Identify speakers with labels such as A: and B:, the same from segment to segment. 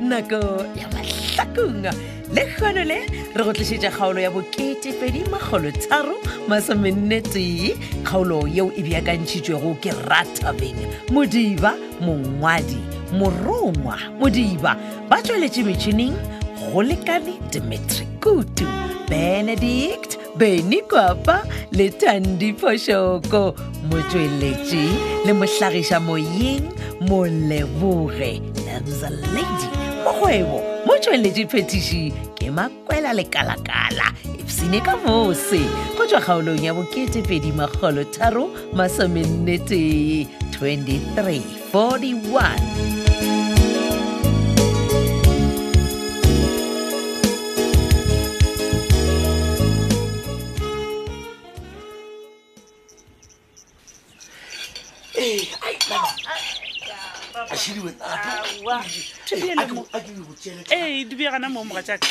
A: nako ya mahlakong le kgono le re go tlišetša kgaolo ya boketepedi magolotsharo masomennetee kgaolo yeo e beakantšhitšwego ke ratabeng modiba mongwadi morongwa modiba ba tsweletše metšhineng go lekane dimitri kutu benedict beny kwapa le tandiphošoko motsweletši le mohlagiša moyeng moleboge namza lady mokgwebo motsweletši phetiši ke makwela lekalakala epsene ka mose go tšwa kgaolong ya boketepedi magolo tharo masomennetee 23 41
B: ee di bjagana mo moga jaaka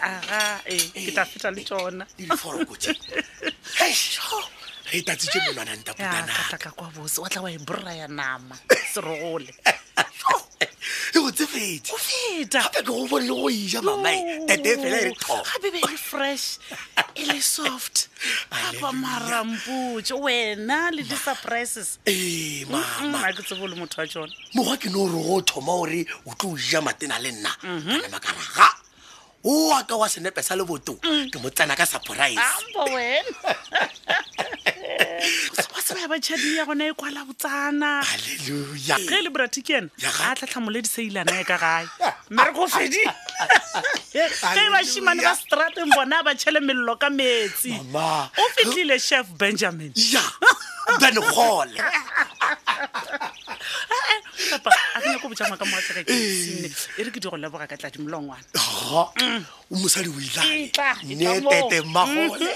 B: aga ee ke tla feta le tsona
C: re tatsitse monwanang
B: Ya, ka
C: tapotanaka
B: tla ka kwa bose wa tla wa e borra ya nama serogole
C: e go
B: o
C: tsefetse
B: Eh. feta
C: gape ke go bone le go ija mamae tete fela e re top
B: gape be e le fresh e le soft
C: Hallelujah.
B: gapa marampotse wena le di-surprises
C: ee
B: a
C: mama
B: ke tsebo le motho wa tsone
C: mokgwa ke no re go thoma gore o tlo ija matena le nna anama ka raga o a ka wa senepe sa leboto ke mo tsena ka surprise
B: ampo wena wa tseba ya batšhadi ya gona e kwala botsana
C: halleluja
B: ge e le borati ke ena
C: Ya
B: ga
C: ga-
B: a tlhatlhamole diseilana ya ka gae
C: Ah,
B: mme re ko fedi ge bašimane ba strateng bona ba tšhele melelo ka metsi
C: Mama.
B: o fitlhile chef benjamin
C: ja benegole
B: papa a ke nyako botsa ngwaka mogatlhaka ke sene e re ke di go leboga ka tladimolongwana
C: o mosadi o
B: Ke tla, ke tla
C: ilane
B: moo.
C: tete magole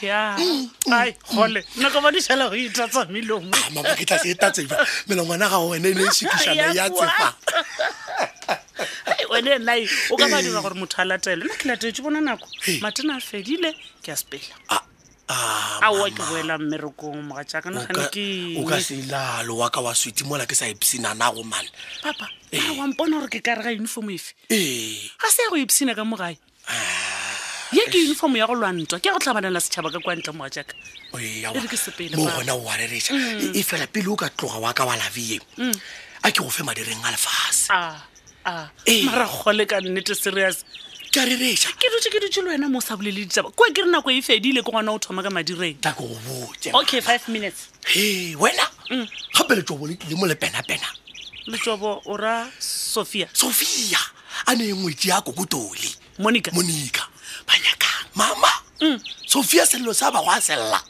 B: ya ai gole nna ka bone šhala go itatsa melong
C: mama ke tla se etatseba melongwana ga wena e ne e sekišana ya tsefa
B: Ai, wena e nnae o ka ba dira gore motho a latele nna ke latetse bona nako
C: Ee.
B: matena a fedile ke a sepela
C: Ah,
B: aowa ke boela mmerekong moga jaaka
C: o
B: nagane
C: ka-
B: ke
C: o ka selalo wa ka wa switi mola ke sa epsinanago mane
B: papa a wampona gore ke kare ga uniform efe
C: ee
B: ga se ya go epsina ka mogae
C: ah.
B: ye ke uniform ya go lwantwa ke ya go tlhabanela setšhaba ka kwa ntle moga jaaka
C: Oe,
B: E re ke sepele,
C: aowa, mo
B: papa.
C: gona o wareretša e fela pele o ka tloga wa ka wa labi eng a ke go fe madireng a lefase
B: a a
C: Ee.
B: mara gole ka nnete serious
C: ke a reretša
B: ke dutse ke dutse le wena mo o sa bolele ditaba kwa ke re nako e fedile ke gona o thoma ka madireng
C: tla ke go botse
B: okay Mm. five minutes
C: e wena gape le tswa bone tlile mo lepena-pena
B: letsobo o ra sophia
C: sophia a ne e ngwetse ya kokotole
B: monica
C: monica ba nyakang mama
B: Mm.
C: sophia selelo sa ba go a selela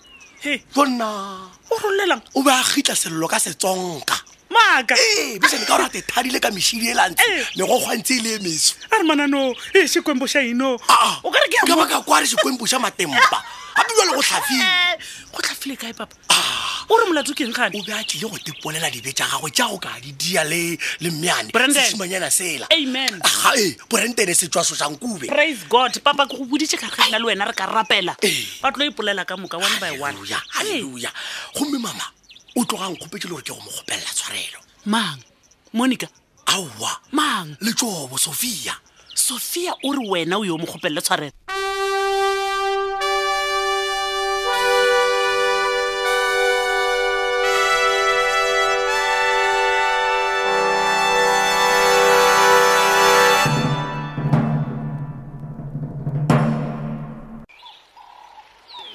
B: he
C: jonna
B: o rololelang
C: o be a gitla selelo ka setsonka
B: maaka
C: ee besane ka gore a te thadile ka mešidi e lantse
B: Eh.
C: ne go kgwantse e le e meso
B: a re manano e sekwembo xa eno
C: Ah, ah.
B: o kare ke
C: ka
B: ya
C: baka kwa re sekwempo sa matempa gape jale go tlhafile
B: Eh,
C: Ah.
B: go tlhafile kae papa o re molato keng gane
C: o be a tlile go tepolela dibe tja gagwe tja go ka di dia le le mmeane
B: Brandon.
C: sesimanyana sela
B: amen
C: aga ee borentene se tswa sosankube
B: praise god papa ke go boditse ka ge nna le wena re ka rapela
C: Ee.
B: ba tlo ipolela ka moka one by one Hey,
C: halleluja gomme mama o tlogang kgopetse le gore ke go mo kgopelela tshwarelo
B: mang monica
C: aowa
B: mang
C: letsobo sophia
B: sophia o re wena o yo mo kgopelele tshwarelo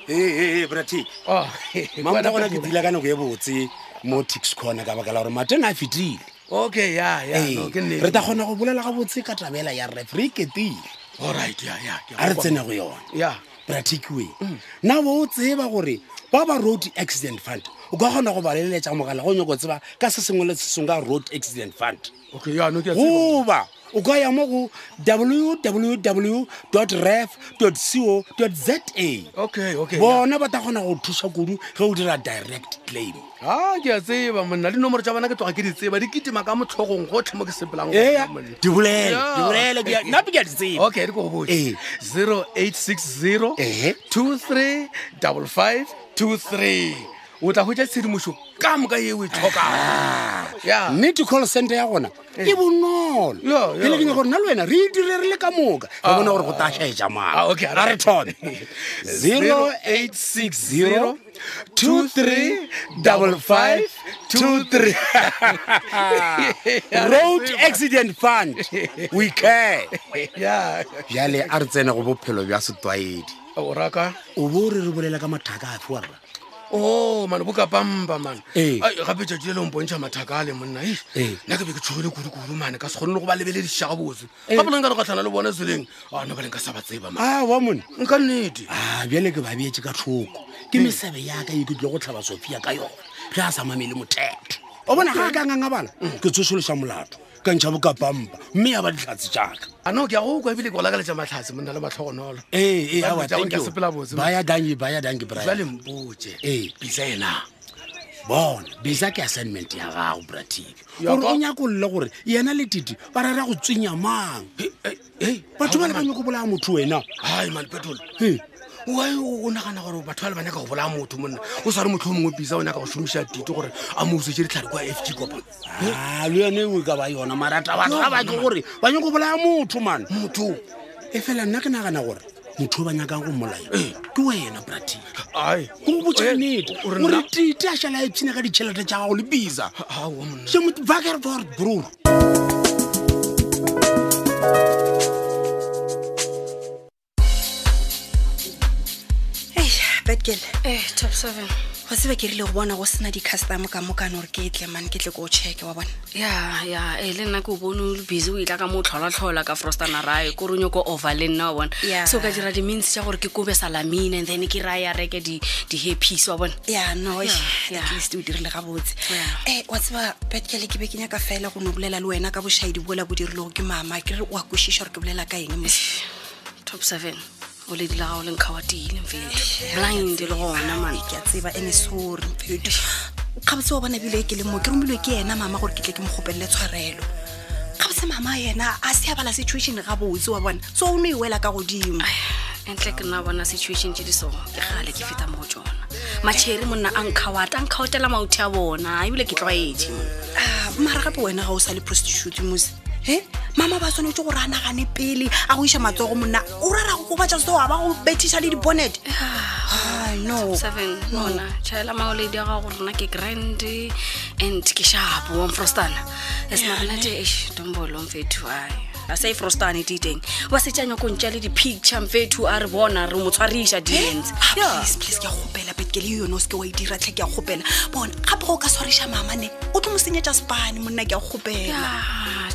D: ee brati
E: Oh,
D: mamta gona ke
E: Papa.
D: dila ka nako e botse mo tix corner ka baka la gore matena a fetile
E: okay ya ya no, ke
D: Ee,
E: nnete.
D: re ta kgona go bolela ga botse ka tabela ya ref re iketile
E: Alright, ya, ya, ke a
D: a re
E: kwa-
D: tsene go yona
E: ya
D: bratikiwe nna bo o tseba gore ba ba road accident fund o ka kgona go ba leletša ka mogala go nyako tseba ka se sengwe le se sengwe ka road accident fund
E: okay ya no ke a tseba.
D: goba o ka ya mo go www ref co za
E: okay okay ya.
D: bona ba ta kgona go thusa kudu ge o dira direct claim
E: ah ke a tseba monna le nomoro tsa bana ke tloga ke di tseba di kitima ka motlhogong gotlhe mo ke sepelang go
D: ee
E: ya, monna.
D: di bolele
E: Ya.
D: di bolele ke a- nna pe ke a di tseba
E: okay di ko go botse
D: Ee.
E: 0860
D: Ehe.
E: 23 double 5 23 o tla hwetsa tshedimoso ka moka ye o e
D: Ah.
E: tlhokang Ya.
D: nnete call center ya gona e bonolo
E: Ya, ya,
D: pele ke
E: ya.
D: nya gore nna le wena re e dire re le ka moka re bona gore go tašhaetša
E: Ah, okay,
D: a re thome 0860 235523 road accident fund we care
E: Ya.
D: bjale a re tsena go bophelo bja setwaedi
E: o Oh, raka
D: o bo re re bolela ka mathaka a fe warra
E: o Oh, mane bo kapampa mane
D: Ee.
E: Ai, gape tšatši le lengpontšha mathaka a le monna e
D: Ee.
E: nna ke be ke tshogile kudu-kudu mane ka se kgone le go ba lebelediša gabotse
D: Eh.
E: gape lenka no ka tlhana le bona seleng a no ba leng ka sa ba tseba ma
D: a Ah, wa mone
E: nka nnete Eh.
D: a bjale ke ba beetse ka thoko ke mesebe yaka e ke tlile go tlhaba sofia ka yona ge a sa mamele mothetho o bona ga a ka ngangabala
E: Eh.
D: ke tsošološa molato ka ntšha bokapampa mme ya ba ditlhatse jaaka
E: ano ke a go kwa ebile ke go lakaletša matlhatse monna le matlhogonolo
D: ee ee,
E: Ba
D: awa,
E: botša gore
D: thank
E: ke
D: you.
E: sepela botse.
D: Baya dange baya dange bra
E: jale mpotse
D: Ee.
E: bisa ena
D: bona bisa ke assignment ya gago bratibe
E: Ya
D: gore o
E: ka-
D: nyakololle gore yena le titi ba rera go tswenya mang batho ba le ka nyako bolaya motho wena
E: ai mane petolo
D: Ee.
E: oae o nagana gore batho ba le ba nyaka go bolaya motho monna o sa re motlho o mongwe bisa o nyaka go šomiša tito gore a mo usetse ditlhare kwa f g
D: a
E: kopa
D: Ah, le yone ewe ka ba yona marata batho ba bake gore ba nyako bolaya motho mane
E: motho
D: e fela nna ke nagana gore motho o ba nyakang go mmolaya ke wena brati
E: ai
D: go botsa
E: Oye,
D: nnete
E: Eh. o re
D: gore
E: nna-
D: tite a šhala e tsenya ka ditšhelete tša gago le bisa
E: aowa monna
D: vakere gore bror
F: ei betgele
G: ee top seven
F: go sebe ke rile go bona go sena di-custome ka mokane gore ke tle mane ke tle ko o checke wa bona
G: ya ya e le nna ke o bone o le busy o itla ka motlhola-tlhola ka frostana rae ko re o nyako over le nna wa bona
F: Ya.
G: so o ka dira di-means tša gore ke kobe salamine and then ke raya reke di- di-happis wa bona
F: ya no
G: Yeah, yeah.
F: at least o dirile gabotse
G: Yeah.
F: e wa tseba betgele ke be ke nyaka fela go no bolela le wena ka bošhaedi bola bo dirilego ke mama ke re o a kwešiša gore ke bolela ka eng mos
G: top seven o ledi la gago le nkga wa tile mfeto blind le gona man
F: ke a tseba ene sori mpeto gabotse wa bona ebile e ke le mo ke romilwe ke ena mama gore ke tle ke mo gopelele tshwarelo gabotse mama yena a se a bala situation gabotse wa bona so o ne e wela ka godimo
G: entle ke nna bona situation tse di so ke gale ke feta mo go tsona matšhere monna a nkgawata a nkgaotela mauthe a bona ebile ke tlwaetse monna
F: Ah, mara gape wena ga o sa le prostitute mose he mama ba tshwanetse gore a nagane pele a go iša matsogo monna o rara go gobatsa seo a ba go betiša le di-bonnet Ah, no
G: seven
F: No.
G: nona chaela maoledi a gago rona ke grand and ke shapo wa mfrostana esmarenate eish tombolo mfethu ae a sa e frostane titeng wa setšanya ko ntša le di-picture mfethu a re bona re mo tshwariša dens
F: Ah, please ke a gopela betke le yone o seke wa e dira tlhe ke a gopela bona gape go ka tshwariša mamane o tlo mo senyetsa spane monna ke a gopela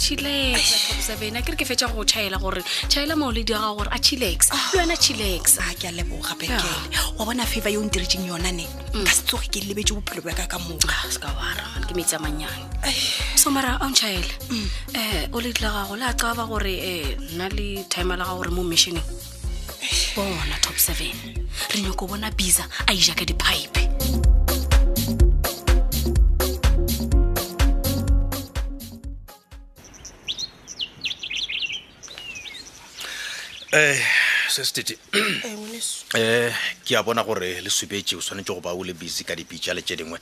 G: chileseven a kere ke fetša go chaela gore chaela maoledi a gago gore a chilex le wena chilex
F: a ke a leboga
G: Yeah.
F: betkele wa bona favor yo o ntiretseng yona ne ka se tsoge ke lebetse bophelo bja ka ka moka
G: Ah, se ka wara ke metsi a mannyane so mara a ntšhaele um o le dila gago le a qaba gore um nna le time la gago re mo missioneng bona top seven re nyako bona bisa a ija ka dipipe
H: se setete um ke a bona gore le supetse o tshwanetse go ba o le busy ka dipitša le tše dingwe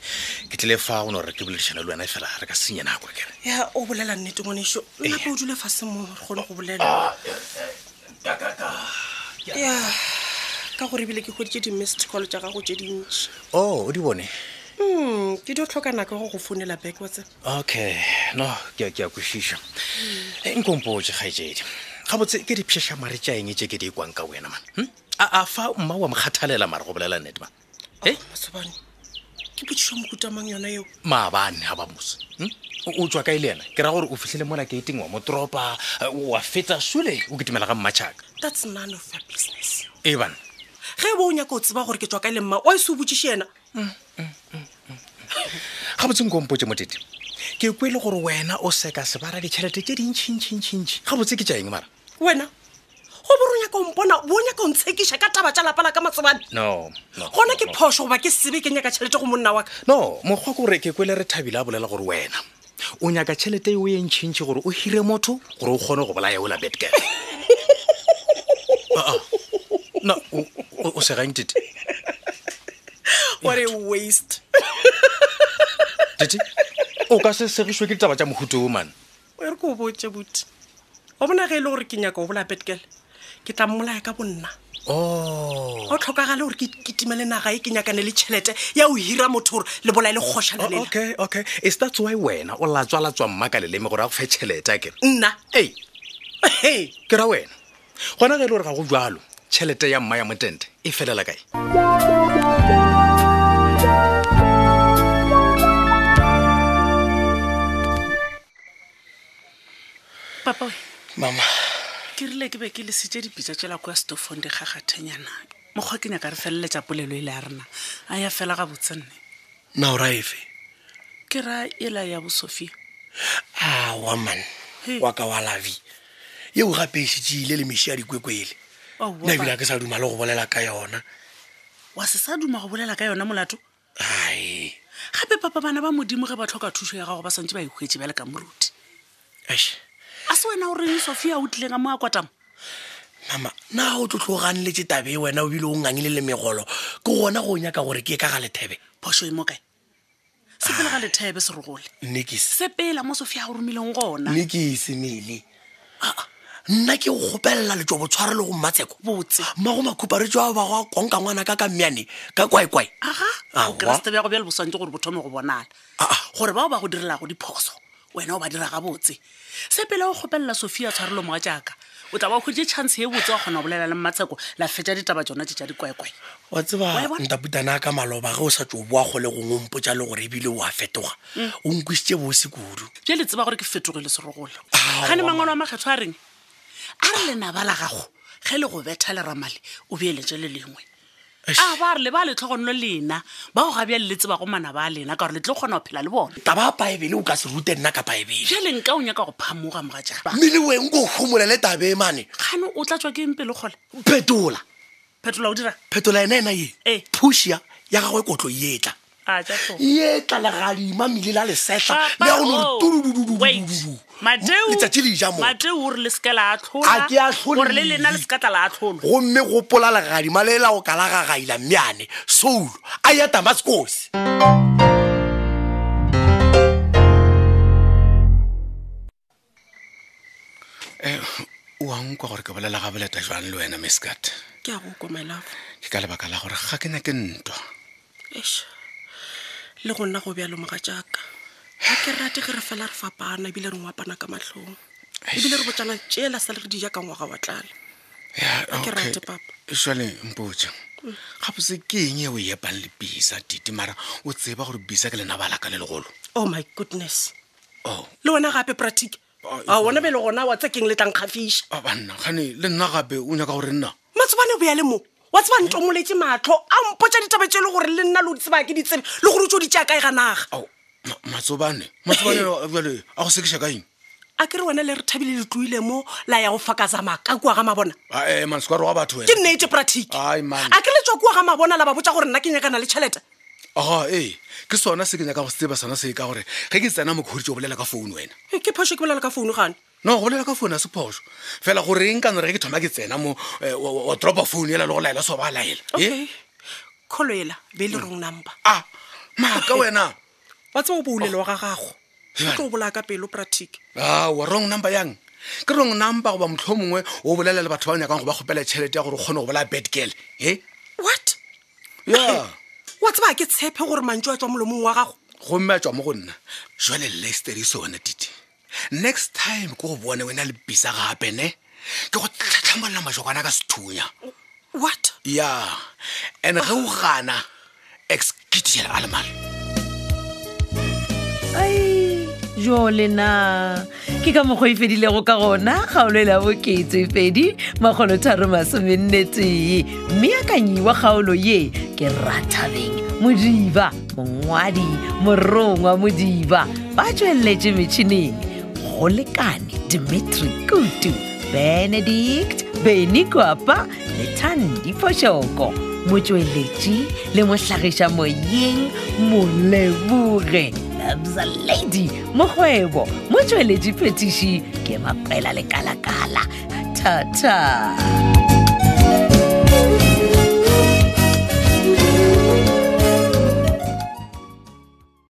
H: ke tlile fa go ne gore ke boledišana le wena fela re ka senya nako e kere
F: ya o bolela nnete ngwaneso nnape o dule fase mo re kgone go bolela ya ka gore ebile ke goditse di-mist call tja gago tse dintši
H: Oh, o o di bone
F: Mm, ke dio tlhoka nako go go founela back wa tseba
H: okay no ke a- ke a kwešiša Eh, nkompoje kgaetsedi gabotse ke dipšhašamare tša eng e tše ke di ikwang ka wena man hm? a a fa mma wa mokgathalela mare go bolela nnete man e
F: masobane ke botsišwa mokutamang yona eo
H: maabane ga ba mose hm? o o tswa kae le ena ke ra gore o fitlhele mola kateng wa motoropa eh, wa feta sole o ketumela ga mmatšhaka
F: that's none of your business
H: e bana
F: ge bo o nyaka o tseba gore ke tswa ka le mma o e se o botsiše ena
H: ga botse nkompotse motete ke kwele gore wena o seka sebara ditšhelete tse dintšintšintšintši ga botse ke tša eng mara
F: wena go bore o nyaka o mpona bo o nyaka o ntshekiša ka taba tša lapala ka matsobane
H: no no,
F: gona ke
H: no, no.
F: phoso goba ke sebe ke nyaka tšhelete go monna wa ka
H: no mokgwa ke gore ke kwele re thabile a bolela gore wena o nyaka tšhelete eo ye ntšhintšhi gore o hire motho gore o kgone go bolaya ola betgal Ah, no o- o- o segang tete
F: what a waste
H: dite o ka se segišwe ke ditaba tša mohuto o mane
B: o ere ke o botse bute o bona ge e le gore ke nyaka o bola betkel ke tla mmolaya ka bonna
H: o
B: o tlhokagale gore ke kitime le naga e ke nyakane le tšhelete ya o hira motho gore le bolae le kgoša
H: Oh,
B: lelela
H: okay okay is that's why wena o latswalatswa mmaka leleme gore a go fe tšhelete a kere
B: nna
H: ei
B: Hey,
H: ke ra wena gona ge e le gore ga go jalo tšhelete ya mma ya motente e felela kae
B: papa we,
C: mama
B: ke rile ke be ke lesitse dipitsa tsela kwa stofong di gagathanyana mokgwa ke nyaka re feleletsa polelo e le ya rena a ya fela ga botsenne
C: na o raefe
B: ke ra ela ya bosofia
C: awa man
B: Hey.
C: wa ka wa lavi yeo gape ešitseile le mešia dikwekwele
B: Aowa,
C: nna ebile
B: ba-
C: a ke sa duma le go bolela ka yona
B: wa se sa duma go bolela ka yona molato
C: ai
B: gape papa bana ba modimo ge ba tlhoka thuso ya gago ba swantse ba ikgwetse bjale ka moruti
C: Eish,
B: a se wena o reng sofia o tlileng a mo a kwatamo
C: mama na o tlotlogang letse tabe e wena o bile o ngangile le megolo ke gona go nyaka gore ke ye ka ga lethebe
B: phoso e mo kae sepele ga lethebe se rogole
C: nnekese
B: sepela mo sofia a o romileng gona
C: nnekese mele nna ke go gopelela letso botshware le go mmatsheko
B: botse
C: mmago makhuparetso ao ba go a konka ngwana ka ka meane ka kwaekwae
B: aga
C: Aowa.
B: keresete bjago bjale boswantse gore bo thome go bonala
C: Aa.
B: gore bao ba go direlago diphoso wena o ba dira ga botse sepele o kgopelela sofia tshwarelo moga jaaka o tla ba kgwetse chance ye botse wa kgona go bolela le mmatsheko la fetsa ditaba tsona tse tsa dikwaekwae Wa
C: wa
B: e
C: tseba
B: bona?
C: ntaputana ka maloba ge o sa tso boa go le gongwe mpotsa le gore ebile o a fetoga o nkwešitše bose kudu
B: bjale tseba gore ke fetogele serogole
C: Aowa.
B: gane mangwalo a makgetho a reng a re lenaba la gago ge le go betha leramale o beeletse le lengwe
C: Eish.
B: a ba re le ba letlhogonolo lena ba go gabja le letse ba go manaba a lena ka gore le tlo kgona go phela le bona
C: taba a paebele o ka se rute nna ka paebele
B: bjale nka o nyaka go phamoga moga jaa
C: mme le weng ko gomolele tabe e mane
B: gane o tla tswa ke mpele gole
C: phetola
B: phetola o dira
C: phetola ena ena ye
B: Ee.
C: phusia ya gagwe kotlo e yetla
B: a ja tlo.
C: yetla legadima mmele la lesehla
B: Papa,
C: le ya gone
B: oh, wait. Mateo-
C: letsatsi le ija mo
B: Mateo o re le seke la
C: A ke ahlole.
B: atlholagore le lena le seka tla la atlholo
C: gomme gopola legadima le la go kalagagaila mmeane soulo a ya damaskosi
E: Eh, oankwa gore ke bolela ga boleta jwang le wena mescat
F: ke a go kwa mylafo
E: ke ka lebaka la gore ga ke nyake ntwa
F: es le go nna go bjalo moga jaaka ga ke rate ge re fela re fapana ebile re ngwapana ka matlhong ebile re botsana tsela sa le re dija ka ngwaga wa tlala
E: Ya,
F: ke
E: okay.
F: rate, papa.
E: jwale mpotse gabotse ke eng e o epang le bisa tite mara o tseba gore bisa ke lenaba laka le legolo
F: oh my goodness
E: o
F: le wena gape pratic
E: Ah,
F: a wona be le gona wa tsekeng le tlankgafiša
E: a banna gane le nna gape o nyaka gore nna
F: matsobane o boya le mo wa tseba ntlomoletse matlho a mpotsa ditaba tse e le gore le nna le o di tsebaya ke di tsebe le gore o tse o di tseakae ga naga
E: ao ma- matsobane matsobane a- jwale a go sekiša kaeng
F: a ke re wena le re thabile le tloile mo la ya go fakatsa maaka kua ga mabona
E: masekare wa batho
F: ke
E: wena
F: nnete pratic
E: Ai, man.
F: a ke le tswa kua ga mabona la ba botsa gore nna ke nyakana le tšhelete
E: aga ee ke sona se ke nyaka go seba sona se ka gore ge ke tsena mokgoditse o bolela ka founu wena
F: Eh, ke phoso ke bolela ka founu gane
E: no go bolela ka founu a se phoso fela goreng ka nore ge ke thoma ke tsena mo eh, wa- wa wa dropa founu ela le go laela so ba laela Eh?
F: okay kgoloela be e le rong number
E: a maaka wena
F: wa tseba o boulelo wa ga gago o
E: Jwale.
F: tlo o bolaya ka pelo pratic
E: awa Ah, wrong number yang ke wrong number goba motlho mongwe o bolela le batho ba o nyakang go ba kgopela tšhelete ya gore o kgone go bola bed girl e
F: what
E: ya
F: wa tseba ha ke tshepe gore mantso a tswa molomong wa gago
E: gomme a tswa mo go nna jale lesteriso wena dite next time ke go bone wena le bisa gape ne ke go tlhatlhamolola majokwana ka sethunya
F: what
E: ya and ge o gana excitela a lemalo
A: ai jo lena ke ka mokgwa e fedilego ka gona kgaolo e la boketse fedi magolotharo masomennetee mme akanyiwa kgaolo ye ke ratabeng modiba mongwadi morongwa modiba ba tsweletse metšhineng go lekane dimitri kutu benedict beny kwapa le tandi phošoko motsweletši le mohlagiša moyeng moleboge abza lady mokgwebo motsweletši phetiši ke mapela lekalakala thata -ta.